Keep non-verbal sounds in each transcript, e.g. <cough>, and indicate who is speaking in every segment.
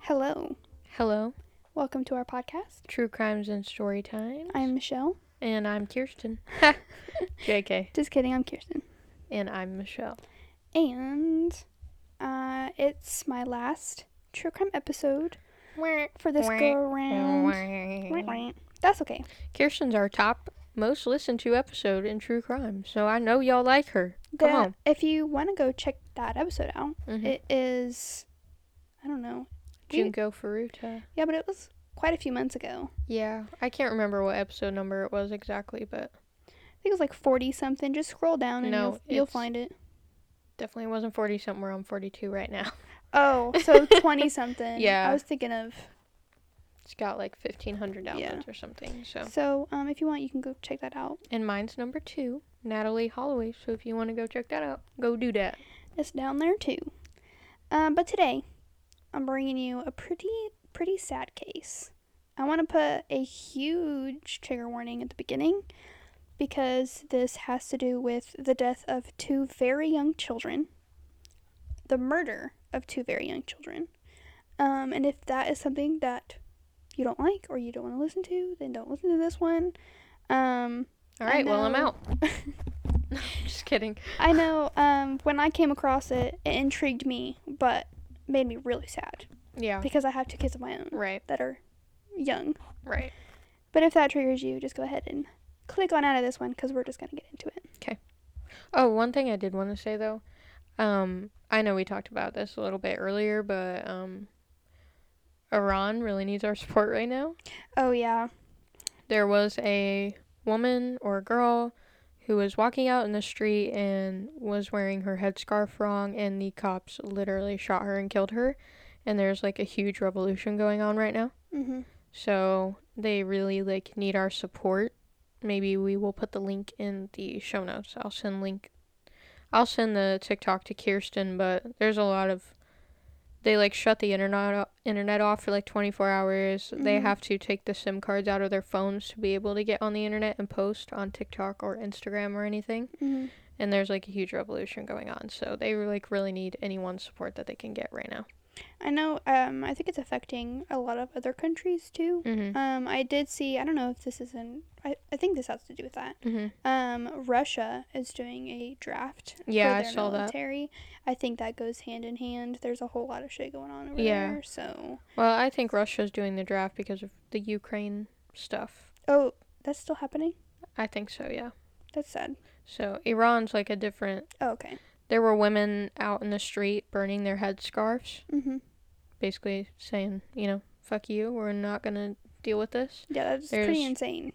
Speaker 1: Hello.
Speaker 2: Hello,
Speaker 1: Welcome to our podcast.
Speaker 2: True Crimes and Storytime.
Speaker 1: I'm Michelle.
Speaker 2: and I'm
Speaker 1: <laughs>
Speaker 2: Kirsten. JK.
Speaker 1: Just kidding, I'm Kirsten.
Speaker 2: And I'm Michelle.
Speaker 1: And uh, it's my last true crime episode for this go around. Wah, wah. That's okay.
Speaker 2: Kirsten's our top most listened to episode in True Crime, so I know y'all like her. Come
Speaker 1: The-
Speaker 2: on.
Speaker 1: If you want to go check that episode out,
Speaker 2: Mhm.
Speaker 1: it is, I don't know. we-
Speaker 2: Junko Furuta.
Speaker 1: Yeah, but it was quite a few months ago.
Speaker 2: Yeah, I can't remember what episode number it was exactly, but
Speaker 1: I think it was like 40 something. Just scroll down and
Speaker 2: No,
Speaker 1: you'll, you'll
Speaker 2: it's- <laughs>
Speaker 1: find it.
Speaker 2: definitely wasn't 40 something. We're on 42 right now.
Speaker 1: Oh, so 20 something.
Speaker 2: Yeah.
Speaker 1: I was thinking of
Speaker 2: It's got like 1,500 downloads
Speaker 1: Yeah.
Speaker 2: or something, so.
Speaker 1: So, um, if you want, you can go check that out.
Speaker 2: And mine's number two, Natalie Holloway, so if you want to go check that out, go do that.
Speaker 1: It's down there too. Um, but today, I'm bringing you a pretty, pretty sad case. I want to put a huge trigger warning at the beginning because this has to do with the death of two very young children, the murder of two very young children. Um, and if that is something that you don't like or you don't want to listen to, then don't listen to this one. Um,
Speaker 2: All
Speaker 1: I
Speaker 2: right, well, I'm
Speaker 1: know.
Speaker 2: out.
Speaker 1: <laughs>
Speaker 2: No, I'm <laughs> just kidding.
Speaker 1: I know um, when I came across it, it intrigued me, but made me really sad
Speaker 2: Yeah.
Speaker 1: because I have two kids of my own
Speaker 2: Right,
Speaker 1: that are young.
Speaker 2: right.
Speaker 1: But if that triggers you, just go ahead and click on out of this one because we're just going to get into it.
Speaker 2: Oh, one thing I did want to say though. Um, I know we talked about this a little bit earlier, but um, Iran really needs our support right now.
Speaker 1: Oh, yeah.
Speaker 2: There was a woman or a girl who was walking out in the street and was wearing her headscarf wrong, and the cops literally shot her and killed her. And there's like a huge revolution going on right now.
Speaker 1: Mm-hmm.
Speaker 2: So they really like need our support. Maybe we will put the link in the show notes. I'll send link. I'll send the TikTok to Kirsten, but there's a lot of they like shut the internet o- internet off for like 24 hours. They
Speaker 1: Mhm.
Speaker 2: have to take the SIM cards out of their phones to be able to get on the internet and post on TikTok or Instagram or anything.
Speaker 1: Mm-hmm.
Speaker 2: And there's like a huge revolution going on. So they like really need anyone's support that they can get right now.
Speaker 1: I know, um, I think it's affecting a lot of other countries too.
Speaker 2: Mhm.
Speaker 1: Um, I did see, I don't know if this isn't, I, I think this has to do with that.
Speaker 2: Mhm.
Speaker 1: Um, Russia is doing a draft
Speaker 2: Yeah, I
Speaker 1: for their
Speaker 2: saw that.
Speaker 1: military. I think that goes hand in hand. There's a whole lot of shit going on over
Speaker 2: Yeah.
Speaker 1: there. So,
Speaker 2: Well, I think Russia's doing the draft because of the Ukraine stuff.
Speaker 1: oh, that's still happening.
Speaker 2: I think so, yeah.
Speaker 1: That's sad.
Speaker 2: So Iran's like a different.
Speaker 1: Oh, okay.
Speaker 2: There were women out in the street burning their headscarves,
Speaker 1: Mhm.
Speaker 2: basically saying, you know, fuck you, we're not gonna deal with this.
Speaker 1: Yeah, that's pretty
Speaker 2: There's-
Speaker 1: insane.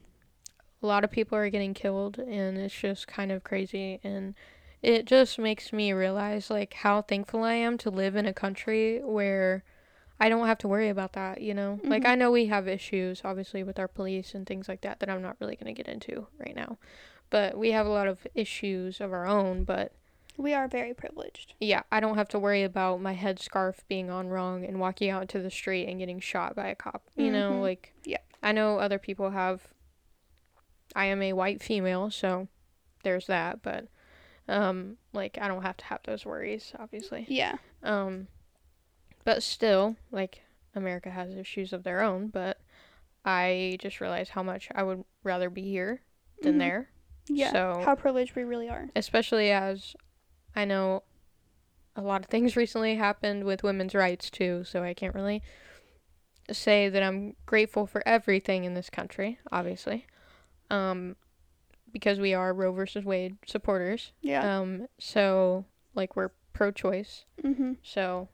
Speaker 2: A lot of people are getting killed, and it's just kind of crazy. And it just makes me realize, like, how thankful I am to live in a country where I don't have to worry about that, you know? Like,
Speaker 1: Mhm.
Speaker 2: I know we have issues, obviously, with our police and things like that, that I'm not really gonna get into right now. But we have a lot of issues of our own, but
Speaker 1: We are very privileged.
Speaker 2: Yeah, I don't have to worry about my headscarf being on wrong and walking out into the street and getting shot by a cop. You
Speaker 1: Mhm.
Speaker 2: know, like
Speaker 1: Yeah.
Speaker 2: I know other people have I am a white female, so there's that, but um like I don't have to have those worries, obviously.
Speaker 1: Yeah.
Speaker 2: Um, but still, like America has issues of their own. But I just realized how much I would rather be here than
Speaker 1: Mhm.
Speaker 2: there,
Speaker 1: Yeah.
Speaker 2: So-
Speaker 1: How privileged we really are.
Speaker 2: especially as I know a lot of things recently happened with women's rights too. So I can't really say that I'm grateful for everything in this country, obviously, um, because we are Roe versus Wade supporters.
Speaker 1: Yeah.
Speaker 2: Um, so like we're pro-choice.
Speaker 1: mhm.
Speaker 2: So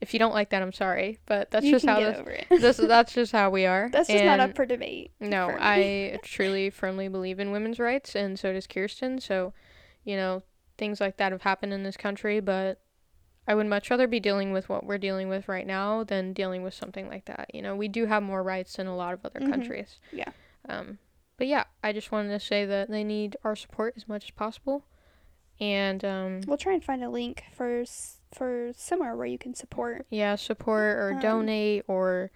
Speaker 2: if you don't like that, I'm sorry, but that's
Speaker 1: you
Speaker 2: just
Speaker 1: can
Speaker 2: how
Speaker 1: get
Speaker 2: this,
Speaker 1: over it. <laughs>
Speaker 2: this that's just how we are.
Speaker 1: That's just not
Speaker 2: And
Speaker 1: up for debate.
Speaker 2: No,
Speaker 1: for me.
Speaker 2: I truly firmly believe in women's rights and so does Kirsten, so you know, things like that have happened in this country, but I would much rather be dealing with what we're dealing with right now than dealing with something like that. You know, we do have more rights than a lot of other
Speaker 1: Mhm.
Speaker 2: countries.
Speaker 1: Yeah.
Speaker 2: Um, but yeah, I just wanted to say that they need our support as much as possible. And um,
Speaker 1: We'll try and find a link for s- for somewhere where you can support
Speaker 2: yeah, support or
Speaker 1: Um,
Speaker 2: donate or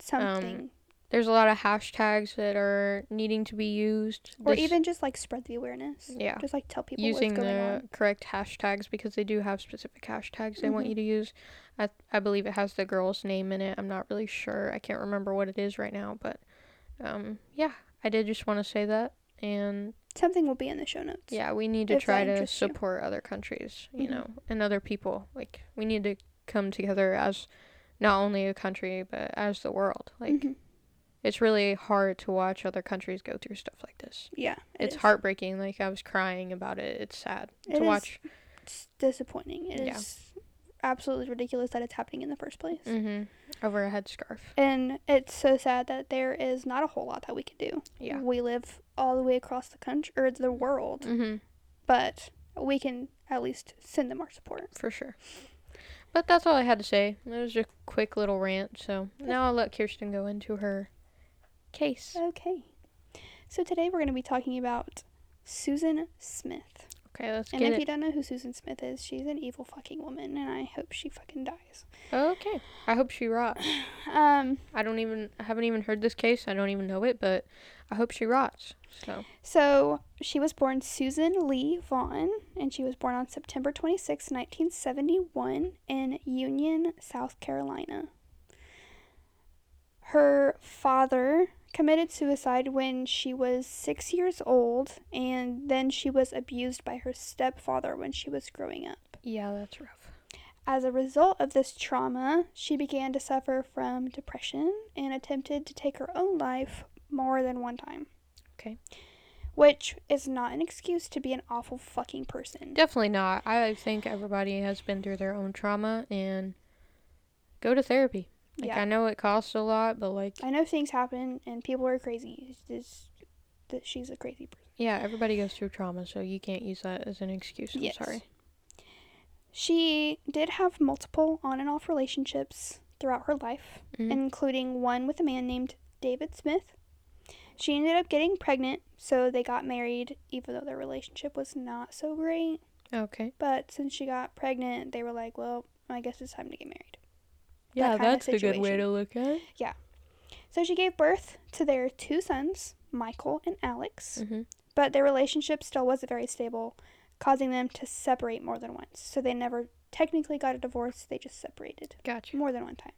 Speaker 2: Um,
Speaker 1: something,
Speaker 2: there's a lot of hashtags that are needing to be used.
Speaker 1: or
Speaker 2: This-
Speaker 1: even just like spread the awareness.
Speaker 2: yeah.
Speaker 1: Just like tell people
Speaker 2: using
Speaker 1: what's going
Speaker 2: the
Speaker 1: on.
Speaker 2: correct hashtags because they do have specific hashtags they want
Speaker 1: Mhm.
Speaker 2: you to use. I, I believe it has the girl's name in it. I'm not really sure. I can't remember what it is right now, but um, yeah, I did just want to say that. And
Speaker 1: Something will be in the show notes.
Speaker 2: yeah, we need to
Speaker 1: If that
Speaker 2: try to
Speaker 1: interests you.
Speaker 2: support other countries, you
Speaker 1: Mhm.
Speaker 2: know, and other people. Like, we need to come together as not only a country, but as the world. Like,
Speaker 1: Mhm.
Speaker 2: it's really hard to watch other countries go through stuff like this.
Speaker 1: yeah. it
Speaker 2: it's
Speaker 1: is.
Speaker 2: heartbreaking. Like, I was crying about it. It's sad
Speaker 1: It
Speaker 2: to
Speaker 1: is.
Speaker 2: watch.
Speaker 1: It's disappointing. It is
Speaker 2: Yeah.
Speaker 1: absolutely ridiculous that it's happening in the first place.
Speaker 2: Mm-hmm. Over a headscarf.
Speaker 1: And it's so sad that there is not a whole lot that we can do.
Speaker 2: Yeah.
Speaker 1: We live all the way across the country or the world,
Speaker 2: Mm-hmm.
Speaker 1: but we can at least send them our support.
Speaker 2: For sure. But that's all I had to say. It was a quick little rant. So now I'll let Kirsten go into her case.
Speaker 1: Okay. So today we're going to be talking about Susan Smith.
Speaker 2: Okay, let's
Speaker 1: And
Speaker 2: get
Speaker 1: if you
Speaker 2: it.
Speaker 1: don't know who Susan Smith is, she's an evil fucking woman and I hope she fucking dies.
Speaker 2: Okay. I hope she rots.
Speaker 1: Um
Speaker 2: I don't even. I haven't even heard this case. I don't even know it, but I hope she rots. So
Speaker 1: So she was born Susan Lee Vaughn, and she was born on September 26, 1971, in Union, South Carolina. Her father committed suicide when she was six years old, and then she was abused by her stepfather when she was growing up.
Speaker 2: yeah, that's rough.
Speaker 1: As a result of this trauma, she began to suffer from depression and attempted to take her own life more than one time.
Speaker 2: Okay.
Speaker 1: Which is not an excuse to be an awful fucking person.
Speaker 2: Definitely not. I think everybody has been through their own trauma and go to therapy. Like
Speaker 1: yeah.
Speaker 2: I know it costs a lot, but like
Speaker 1: I know things happen and people are crazy. It's just that she's a crazy person.
Speaker 2: Yeah, everybody goes through trauma, so you can't use that as an excuse. I'm
Speaker 1: Yes.
Speaker 2: sorry.
Speaker 1: She did have multiple on and off relationships throughout her life,
Speaker 2: Mhm.
Speaker 1: including one with a man named David Smith. She ended up getting pregnant, so they got married, even though their relationship was not so great.
Speaker 2: Okay.
Speaker 1: But since she got pregnant, they were like, well, I guess it's time to get married.
Speaker 2: Yeah,
Speaker 1: kinda
Speaker 2: that's a good way
Speaker 1: situation.
Speaker 2: to look at it.
Speaker 1: So she gave birth to their two sons, Michael and Alex,
Speaker 2: Mhm.
Speaker 1: but their relationship still wasn't very stable, causing them to separate more than once. So they never technically got a divorce, they just separated
Speaker 2: Gotcha.
Speaker 1: more than one time.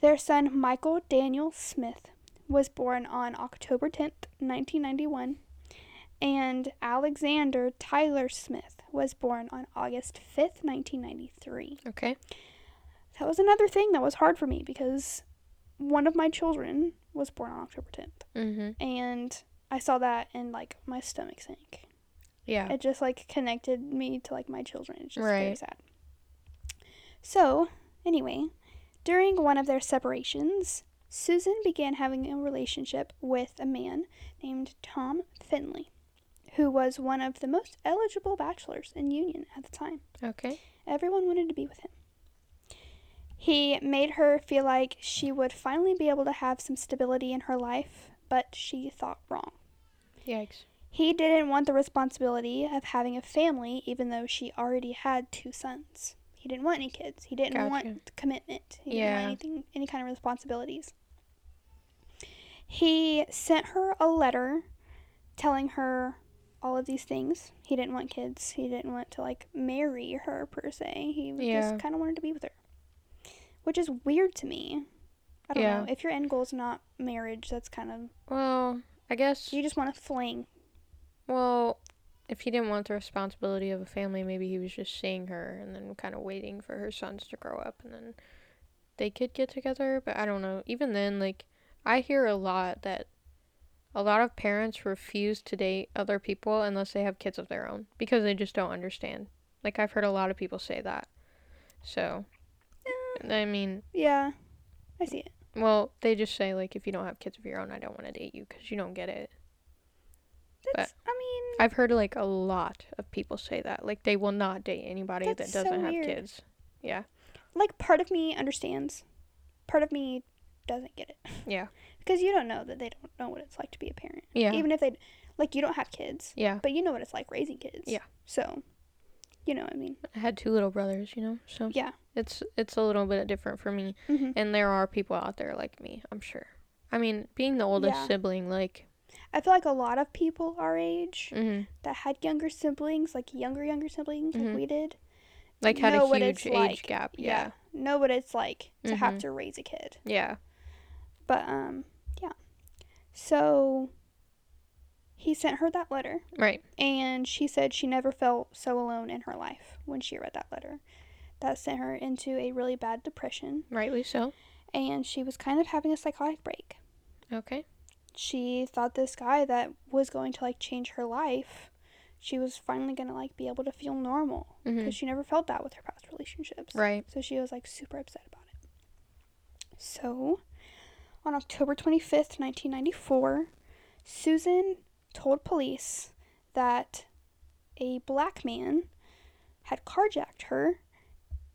Speaker 1: Their son, Michael Daniel Smith, was born on October 10th, 1991, and Alexander Tyler Smith was born on August 5th, 1993
Speaker 2: Okay.
Speaker 1: that was another thing that was hard for me because one of my children was born on October 10th
Speaker 2: Mm-hmm.
Speaker 1: and I saw that and like my stomach sank.
Speaker 2: Yeah.
Speaker 1: It just like connected me to like my children. It's just very
Speaker 2: Right.
Speaker 1: sad. So, anyway, during one of their separations, Susan began having a relationship with a man named Tom Finley, who was one of the most eligible bachelors in Union at the time.
Speaker 2: Okay.
Speaker 1: Everyone wanted to be with him. He made her feel like she would finally be able to have some stability in her life, but she thought wrong.
Speaker 2: Yikes.
Speaker 1: He didn't want the responsibility of having a family, even though she already had two sons. He didn't want any kids. He didn't
Speaker 2: Gotcha.
Speaker 1: want the commitment. He didn't
Speaker 2: Yeah.
Speaker 1: want anything, any kind of responsibilities. He sent her a letter telling her all of these things. He didn't want kids. He didn't want to like marry her per se. He
Speaker 2: Yeah.
Speaker 1: just kind of wanted to be with her, which is weird to me. I don't
Speaker 2: Yeah.
Speaker 1: know. If your end goal is not marriage, that's kind of
Speaker 2: Well, I guess.
Speaker 1: you just want to fling.
Speaker 2: Well, if he didn't want the responsibility of a family, maybe he was just seeing her and then kind of waiting for her sons to grow up and then they could get together. But I don't know. Even then, like, I hear a lot that a lot of parents refuse to date other people unless they have kids of their own because they just don't understand. Like, I've heard a lot of people say that. So, I mean,
Speaker 1: Yeah, I see it.
Speaker 2: well, they just say, like, if you don't have kids of your own, I don't want to date you because you don't get it.
Speaker 1: That's, I mean,
Speaker 2: I've heard like a lot of people say that. Like they will not date anybody
Speaker 1: That's so
Speaker 2: that doesn't have
Speaker 1: weird.
Speaker 2: kids. Yeah.
Speaker 1: like part of me understands, part of me doesn't get it. <laughs>
Speaker 2: Yeah.
Speaker 1: Because you don't know that they don't know what it's like to be a parent.
Speaker 2: Yeah.
Speaker 1: Even if they, like, you don't have kids,
Speaker 2: yeah.
Speaker 1: but you know what it's like raising kids.
Speaker 2: Yeah.
Speaker 1: So, you know what
Speaker 2: <laughs>
Speaker 1: I mean?
Speaker 2: I had two little brothers, you know. So
Speaker 1: Yeah.
Speaker 2: it's it's a little bit different for me.
Speaker 1: hmm
Speaker 2: And there are people out there like me, I'm sure. I mean, being the oldest
Speaker 1: Yeah.
Speaker 2: sibling like
Speaker 1: I feel like a lot of people our age
Speaker 2: mhm,
Speaker 1: that had younger siblings, like younger, younger siblings,
Speaker 2: Mhm.
Speaker 1: like we did,
Speaker 2: like had
Speaker 1: Know
Speaker 2: a
Speaker 1: what
Speaker 2: huge
Speaker 1: it's
Speaker 2: age
Speaker 1: like.
Speaker 2: gap.
Speaker 1: Yeah.
Speaker 2: Yeah.
Speaker 1: know what it's like to have
Speaker 2: Mhm.
Speaker 1: to raise a kid.
Speaker 2: Yeah.
Speaker 1: But, um, yeah. So, he sent her that letter.
Speaker 2: Right.
Speaker 1: and she said she never felt so alone in her life when she read that letter. That sent her into a really bad depression,
Speaker 2: Rightly so.
Speaker 1: and she was kind of having a psychotic break.
Speaker 2: Okay.
Speaker 1: She thought this guy that was going to like change her life, she was finally going to like be able to feel normal
Speaker 2: Mhm.
Speaker 1: because she never felt that with her past relationships.
Speaker 2: Right.
Speaker 1: So she was like super upset about it. So, on October 25th, 1994, Susan told police that a black man had carjacked her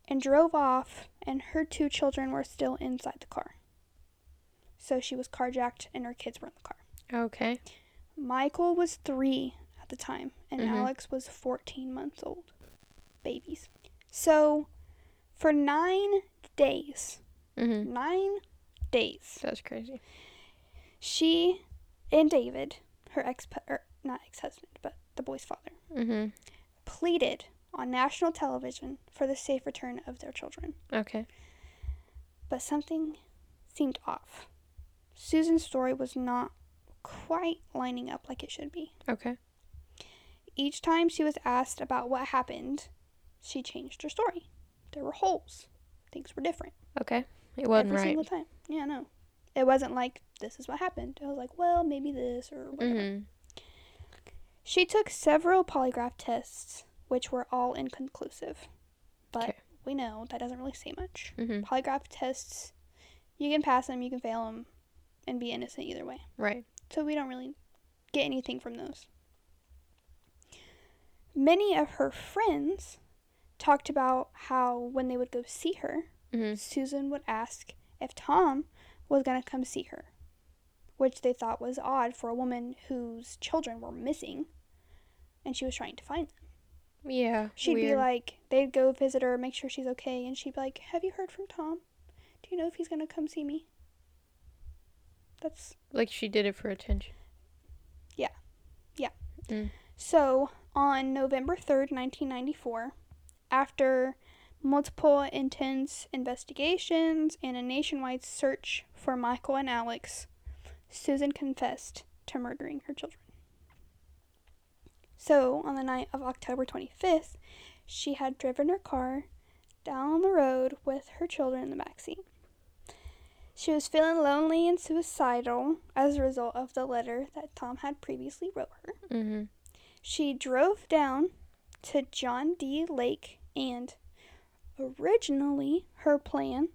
Speaker 1: and drove off, and her two children were still inside the car. So she was carjacked, and her kids were in the car.
Speaker 2: Okay.
Speaker 1: Michael was three at the time, and
Speaker 2: Mhm.
Speaker 1: Alex was 14 months old. Babies. So, for nine days,
Speaker 2: Mhm.
Speaker 1: nine days,
Speaker 2: That's crazy.
Speaker 1: she and David, her ex, or not ex husband, but the boy's father,
Speaker 2: Mhm.
Speaker 1: pleaded on national television for the safe return of their children.
Speaker 2: Okay.
Speaker 1: But something seemed off. Susan's story was not quite lining up like it should be.
Speaker 2: Okay.
Speaker 1: Each time she was asked about what happened, she changed her story. There were holes. Things were different
Speaker 2: Okay. It wasn't
Speaker 1: every
Speaker 2: right.
Speaker 1: single time. Yeah, no. It wasn't like this is what happened. It was like, well, maybe this or whatever.
Speaker 2: Mhm.
Speaker 1: She took several polygraph tests, which were all inconclusive. But
Speaker 2: Okay.
Speaker 1: we know that doesn't really say much.
Speaker 2: Mhm.
Speaker 1: Polygraph tests, you can pass them, you can fail them, and be innocent either way.
Speaker 2: Right.
Speaker 1: so we don't really get anything from those. Many of her friends talked about how when they would go see her,
Speaker 2: Mhm.
Speaker 1: Susan would ask if Tom was going to come see her, which they thought was odd for a woman whose children were missing and she was trying to find them.
Speaker 2: Yeah.
Speaker 1: She'd be
Speaker 2: weird.
Speaker 1: like, they'd go visit her, make sure she's okay, and she'd be like, Have you heard from Tom? Do you know if he's going to come see me? That's
Speaker 2: like she did it for attention.
Speaker 1: So, on November 3rd, 1994, after multiple intense investigations and a nationwide search for Michael and Alex, Susan confessed to murdering her children. So, on the night of October 25th, she had driven her car down the road with her children in the backseat. She was feeling lonely and suicidal as a result of the letter that Tom had previously wrote her.
Speaker 2: Mhm.
Speaker 1: She drove down to John D. Lake, and originally her plan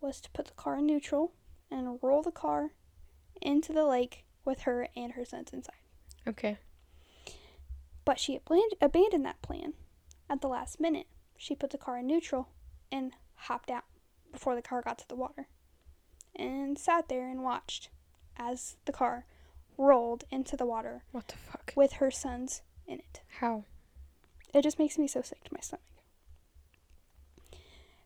Speaker 1: was to put the car in neutral and roll the car into the lake with her and her sons inside.
Speaker 2: Okay.
Speaker 1: But she ablan- abandoned that plan at the last minute. She put the car in neutral and hopped out before the car got to the water and sat there and watched as the car rolled into the water
Speaker 2: What the fuck?
Speaker 1: with her sons in it.
Speaker 2: How?
Speaker 1: It just makes me so sick to my stomach.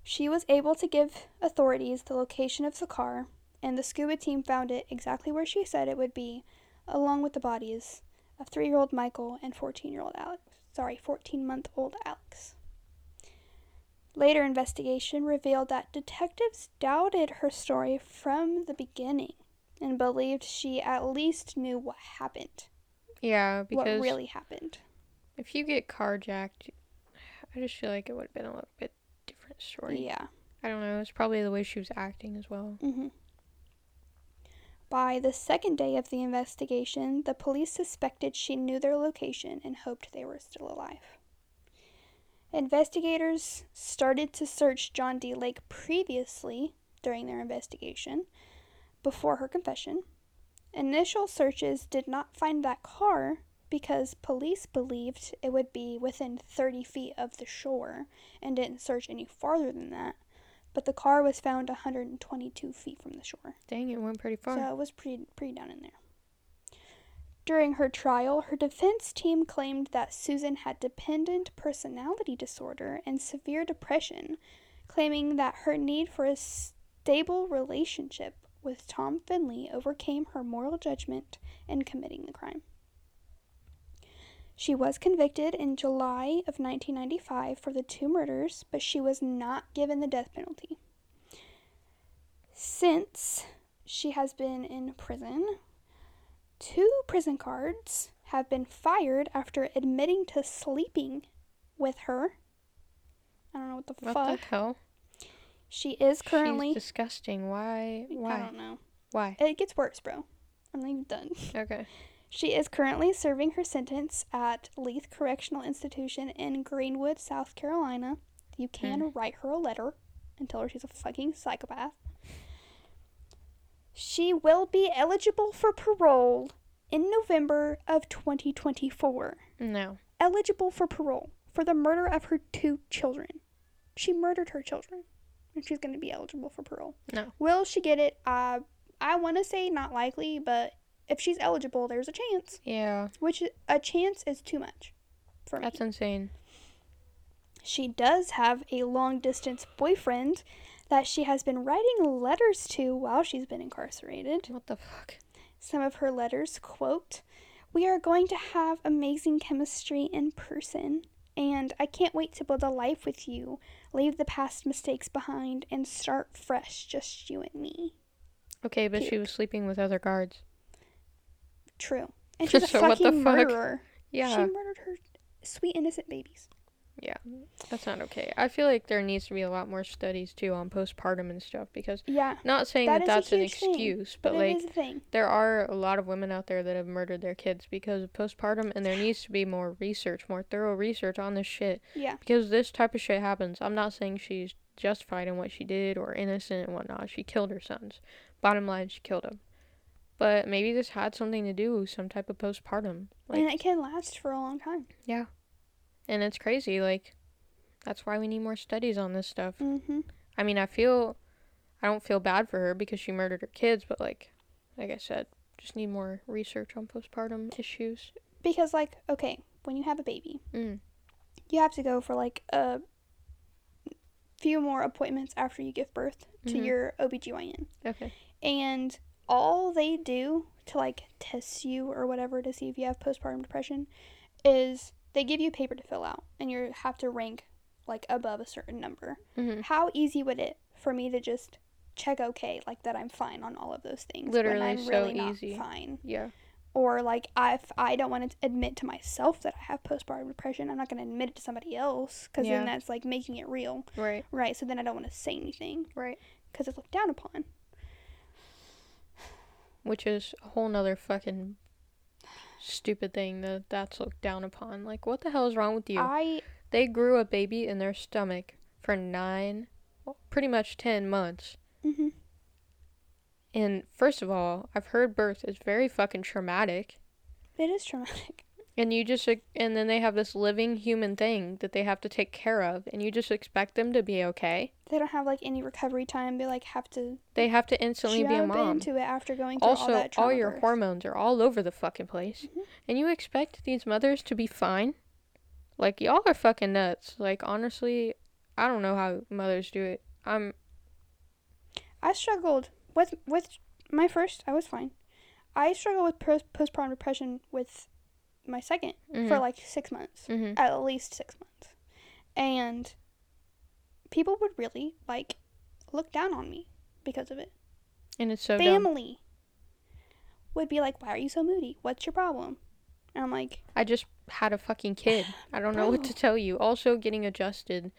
Speaker 1: She was able to give authorities the location of the car, and the scuba team found it exactly where she said it would be, along with the bodies of three year old Michael and 14 year old Alex. Sorry, 14 month old Alex. Later investigation revealed that detectives doubted her story from the beginning and believed she at least knew what happened,
Speaker 2: Yeah, because
Speaker 1: what really happened.
Speaker 2: if you get carjacked, I just feel like it would have been a little bit different story.
Speaker 1: Yeah.
Speaker 2: I don't know. It's probably the way she was acting as well.
Speaker 1: hmm By the second day of the investigation, the police suspected she knew their location and hoped they were still alive. Investigators started to search John D. Lake previously during their investigation before her confession, Initial searches did not find that car because police believed it would be within 30 feet of the shore and didn't search any farther than that. But the car was found 122 feet from the shore.
Speaker 2: Dang, it went pretty far.
Speaker 1: So it was pretty pretty down in there. During her trial, her defense team claimed that Susan had dependent personality disorder and severe depression, claiming that her need for a stable relationship with Tom Finley overcame her moral judgment in committing the crime. She was convicted in July of 1995 for the two murders, but she was not given the death penalty. Since she has been in prison. Two prison guards have been fired after admitting to sleeping with her. I don't know what the
Speaker 2: what
Speaker 1: fuck.
Speaker 2: the hell?
Speaker 1: She is currently.
Speaker 2: She's disgusting. Why?
Speaker 1: I
Speaker 2: Why?
Speaker 1: don't know.
Speaker 2: Why?
Speaker 1: It gets worse, bro. I'm not even done.
Speaker 2: Okay.
Speaker 1: She is currently serving her sentence at Leith Correctional Institution in Greenwood, South Carolina. You can write her a letter and tell her she's a fucking psychopath. She will be eligible for parole in November of 2024.
Speaker 2: No.
Speaker 1: Eligible for parole for the murder of her two children. She murdered her children, and she's going to be eligible for parole.
Speaker 2: No.
Speaker 1: Will she get it? Uh, I want to say not likely, but if she's eligible, there's a chance.
Speaker 2: Yeah.
Speaker 1: Which i- a chance is too much for me.
Speaker 2: That's insane.
Speaker 1: she does have a long distance boyfriend that she has been writing letters to while she's been incarcerated.
Speaker 2: What the fuck?
Speaker 1: Some of her letters quote, "We are going to have amazing chemistry in person." And I can't wait to build a life with you, leave the past mistakes behind, and start fresh, just you and me.
Speaker 2: Okay, but she
Speaker 1: Puke.
Speaker 2: was sleeping with other guards.
Speaker 1: True. And she's a
Speaker 2: So what the
Speaker 1: fucking
Speaker 2: fuck?
Speaker 1: murderer. She
Speaker 2: Yeah.
Speaker 1: murdered her sweet innocent babies.
Speaker 2: Yeah. That's not okay. I feel like there needs to be a lot more studies too on postpartum and stuff because
Speaker 1: Yeah,
Speaker 2: not saying that,
Speaker 1: That is a
Speaker 2: that's an
Speaker 1: huge thing,
Speaker 2: excuse,
Speaker 1: but,
Speaker 2: but, like
Speaker 1: it is a thing.
Speaker 2: there are a lot of women out there that have murdered their kids because of postpartum and there needs to be more research, more thorough research on this shit
Speaker 1: Yeah,
Speaker 2: because this type of shit happens. I'm not saying she's justified in what she did or innocent and whatnot. She killed her sons. Bottom line, she killed them. But maybe this had something to do with some type of postpartum. Like,
Speaker 1: and it can last for a long time.
Speaker 2: and it's crazy. Like, that's why we need more studies on this stuff.
Speaker 1: Mm-hmm.
Speaker 2: I mean, I feel, I don't feel bad for her because she murdered her kids, but like, like I said, just need more research on postpartum issues.
Speaker 1: Because like, okay, when you have a baby,
Speaker 2: Mm.
Speaker 1: you have to go for like a few more appointments after you give birth to
Speaker 2: Mhm.
Speaker 1: your OBGYN.
Speaker 2: Okay.
Speaker 1: And all they do to like test you or whatever to see if you have postpartum depression is they give you a paper to fill out and you have to rank like above a certain number.
Speaker 2: hmm
Speaker 1: how easy would it for me to just check okay like that i'm fine on all of those things
Speaker 2: Literally
Speaker 1: when i'm
Speaker 2: so
Speaker 1: really not
Speaker 2: easy.
Speaker 1: fine
Speaker 2: Yeah.
Speaker 1: or like I- if i don't want to admit to myself that i have postpartum depression i'm not going to admit it to somebody else because
Speaker 2: Yeah.
Speaker 1: then that's like making it real
Speaker 2: Right.
Speaker 1: right so then i don't want to say anything
Speaker 2: Right.
Speaker 1: because it's looked down upon
Speaker 2: Which is a whole nother fucking stupid thing that that's looked down upon. Like, what the hell is wrong with you?
Speaker 1: i
Speaker 2: they grew a baby in their stomach for nine, well, pretty much ten months.
Speaker 1: mhm.
Speaker 2: And first of all, I've heard birth is very fucking traumatic.
Speaker 1: it is traumatic <laughs>
Speaker 2: And you just, ex- and then they have this living human thing that they have to take care of, and you just expect them to be okay.
Speaker 1: they don't have like any recovery time they like have to
Speaker 2: They have to instantly
Speaker 1: jump
Speaker 2: be a mom.
Speaker 1: into it after going through all
Speaker 2: Also, all,
Speaker 1: that trauma
Speaker 2: your
Speaker 1: birth.
Speaker 2: hormones are all over the fucking place,
Speaker 1: Mhm.
Speaker 2: and you expect these mothers to be fine. Like y'all are fucking nuts. Like honestly, I don't know how mothers do it. I'm
Speaker 1: I struggled with with my first. I was fine. I struggled with pros- postpartum depression with my 2nd
Speaker 2: mm-hmm.
Speaker 1: for like six months,
Speaker 2: hmm
Speaker 1: at least six months, and people would really like look down on me because of it.
Speaker 2: and it's so dumb.
Speaker 1: Family would be like, "Why are you so moody? What's your problem?" And I'm like,
Speaker 2: I just had a fucking kid. I don't know
Speaker 1: <sighs>
Speaker 2: what to
Speaker 1: Bro.
Speaker 2: tell you. Also, getting adjusted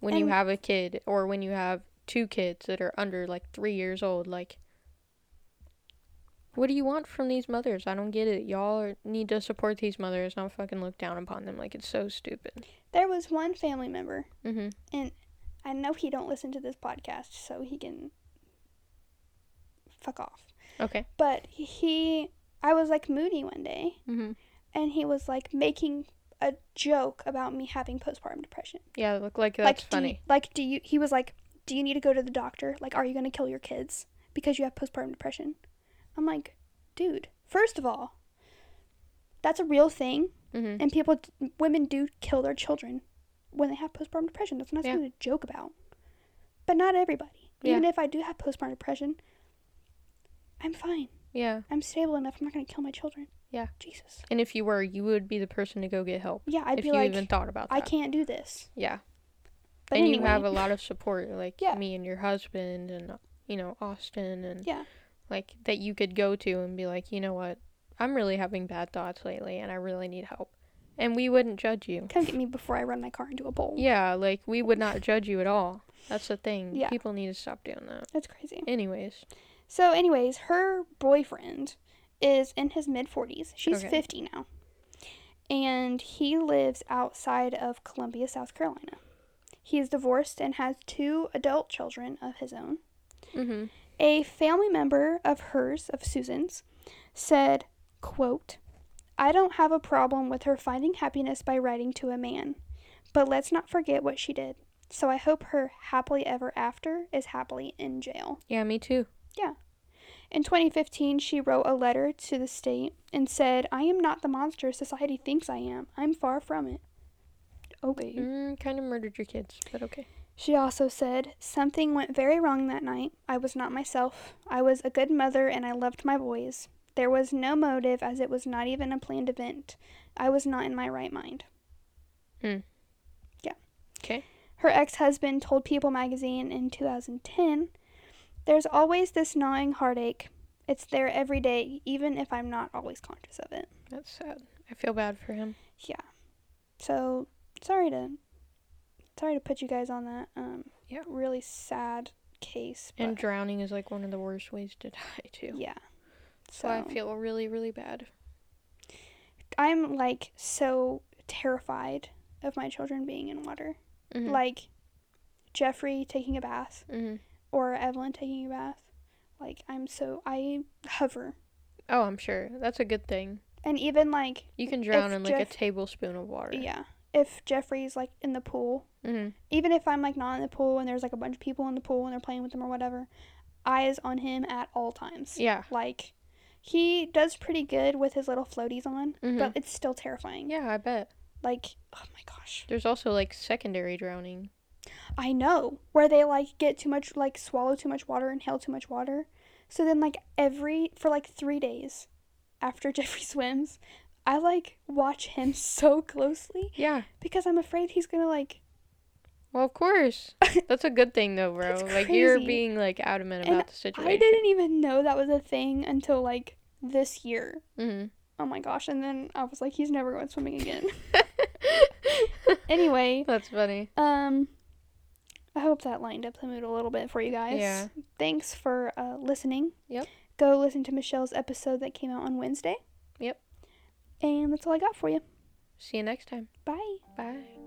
Speaker 2: when you
Speaker 1: And-
Speaker 2: have a kid or when you have two kids that are under like three years old. Like, what do you want from these mothers? I don't get it. Y'all are, need to support these mothers, not fucking look down upon them. Like, it's so stupid.
Speaker 1: "There was one family member.
Speaker 2: hmm
Speaker 1: I know he don't listen to this podcast, so he can fuck off."
Speaker 2: Okay.
Speaker 1: But he, I was like moody one day,
Speaker 2: Mm-hmm.
Speaker 1: and he was like making a joke about me having postpartum depression.
Speaker 2: Yeah, look like that's
Speaker 1: like, do you-
Speaker 2: funny.
Speaker 1: like, do you? He was like, "Do you need to go to the doctor? Like, are you going to kill your kids because you have postpartum depression?" I'm like, dude. First of all, that's a real thing,
Speaker 2: hmm
Speaker 1: and people, women do kill their children when they have postpartum depression. That's not
Speaker 2: Yeah.
Speaker 1: something to joke about. But not everybody. Even
Speaker 2: Yeah.
Speaker 1: if I do have postpartum depression, I'm fine.
Speaker 2: Yeah.
Speaker 1: I'm stable enough. I'm not going to kill my children.
Speaker 2: Yeah.
Speaker 1: Jesus.
Speaker 2: And if you were, you would be the person to go get help.
Speaker 1: Yeah, I'd
Speaker 2: if
Speaker 1: be
Speaker 2: you
Speaker 1: like,
Speaker 2: even thought about that.
Speaker 1: I can't do this.
Speaker 2: Yeah.
Speaker 1: But
Speaker 2: and
Speaker 1: anyway,
Speaker 2: you have a lot of support, like
Speaker 1: Yeah.
Speaker 2: me and your husband, and you know Austin, and
Speaker 1: Yeah.
Speaker 2: like that you could go to and be like, you know what, I'm really having bad thoughts lately, and I really need help, and we wouldn't judge you.
Speaker 1: come get me before I run my car into a bowl.
Speaker 2: Yeah, like we would not judge you at all. That's the thing.
Speaker 1: Yeah. Mm-hmm.
Speaker 2: People need to stop doing that.
Speaker 1: That's crazy.
Speaker 2: Anyways,
Speaker 1: So, anyways, her boyfriend is in his mid 40s. She's
Speaker 2: Okay.
Speaker 1: 50 now. And he lives outside of Columbia, South Carolina. He is divorced and has two adult children of his own.
Speaker 2: mm-hmm.
Speaker 1: A family member of hers, of Susan's, said, quote, I don't have a problem with her finding happiness by writing to a man, but let's not forget what she did. So I hope her happily ever after is happily in jail.
Speaker 2: yeah, me too.
Speaker 1: In 2015, she wrote a letter to the state and said, I am not the monster society thinks I am. I'm far from it. Okay.
Speaker 2: Mm, kind of murdered your kids, but okay.
Speaker 1: She also said, Something went very wrong that night. I was not myself. I was a good mother and I loved my boys. There was no motive as it was not even a planned event. I was not in my right mind.
Speaker 2: Hmm.
Speaker 1: Yeah.
Speaker 2: 'Kay.
Speaker 1: Her ex husband told People magazine in 2010 There's always this gnawing heartache. It's there every day, even if I'm not always conscious of it.
Speaker 2: That's sad. I feel bad for him.
Speaker 1: Yeah. So sorry to sorry to put you guys on that um
Speaker 2: Yeah.
Speaker 1: really sad case. But
Speaker 2: And drowning is like one of the worst ways to <laughs> die too.
Speaker 1: yeah.
Speaker 2: So I feel really, really bad.
Speaker 1: I'm like so terrified of my children being in water.
Speaker 2: Mhm.
Speaker 1: Like Jeffrey taking a bath
Speaker 2: Mhm.
Speaker 1: or Evelyn taking a bath. Like I'm so I hover.
Speaker 2: Oh, I'm sure. That's a good thing.
Speaker 1: And even like
Speaker 2: You can drown
Speaker 1: If
Speaker 2: in like
Speaker 1: Jeff-
Speaker 2: a tablespoon of water.
Speaker 1: yeah, if Jeffrey's like in the pool
Speaker 2: hmm
Speaker 1: even if I'm like not in the pool and there's like a bunch of people in the pool and they're playing with him or whatever, eyes on him at all times.
Speaker 2: Yeah.
Speaker 1: Like he does pretty good with his little floaties on,
Speaker 2: Mhm.
Speaker 1: but it's still terrifying.
Speaker 2: Yeah, I bet.
Speaker 1: Like, oh my gosh.
Speaker 2: There's also like secondary drowning.
Speaker 1: I know where they like get too much like swallow too much water, inhale too much water. So then like every for like 3 days after <laughs> Jeffrey swims, I like watch him so closely
Speaker 2: Yeah.
Speaker 1: because I'm afraid he's going to like
Speaker 2: Well, of
Speaker 1: <laughs>
Speaker 2: course. That's a good thing though, bro.
Speaker 1: That's
Speaker 2: like you're
Speaker 1: crazy.
Speaker 2: being like adamant
Speaker 1: And
Speaker 2: about the
Speaker 1: I
Speaker 2: situation.
Speaker 1: didn't even know that was a thing until like this year. <laughs>
Speaker 2: Mhm.
Speaker 1: Oh my gosh. And then I was like, he's never going swimming again. <laughs> anyway,
Speaker 2: <laughs> That's funny.
Speaker 1: um, I hope that lined up the mood a little bit for you guys.
Speaker 2: Yeah.
Speaker 1: Thanks for uh, listening.
Speaker 2: Yep.
Speaker 1: Go listen to Michelle's episode that came out on Wednesday.
Speaker 2: Yep.
Speaker 1: And that's all I got for you.
Speaker 2: See you next time.
Speaker 1: Bye.
Speaker 2: Bye.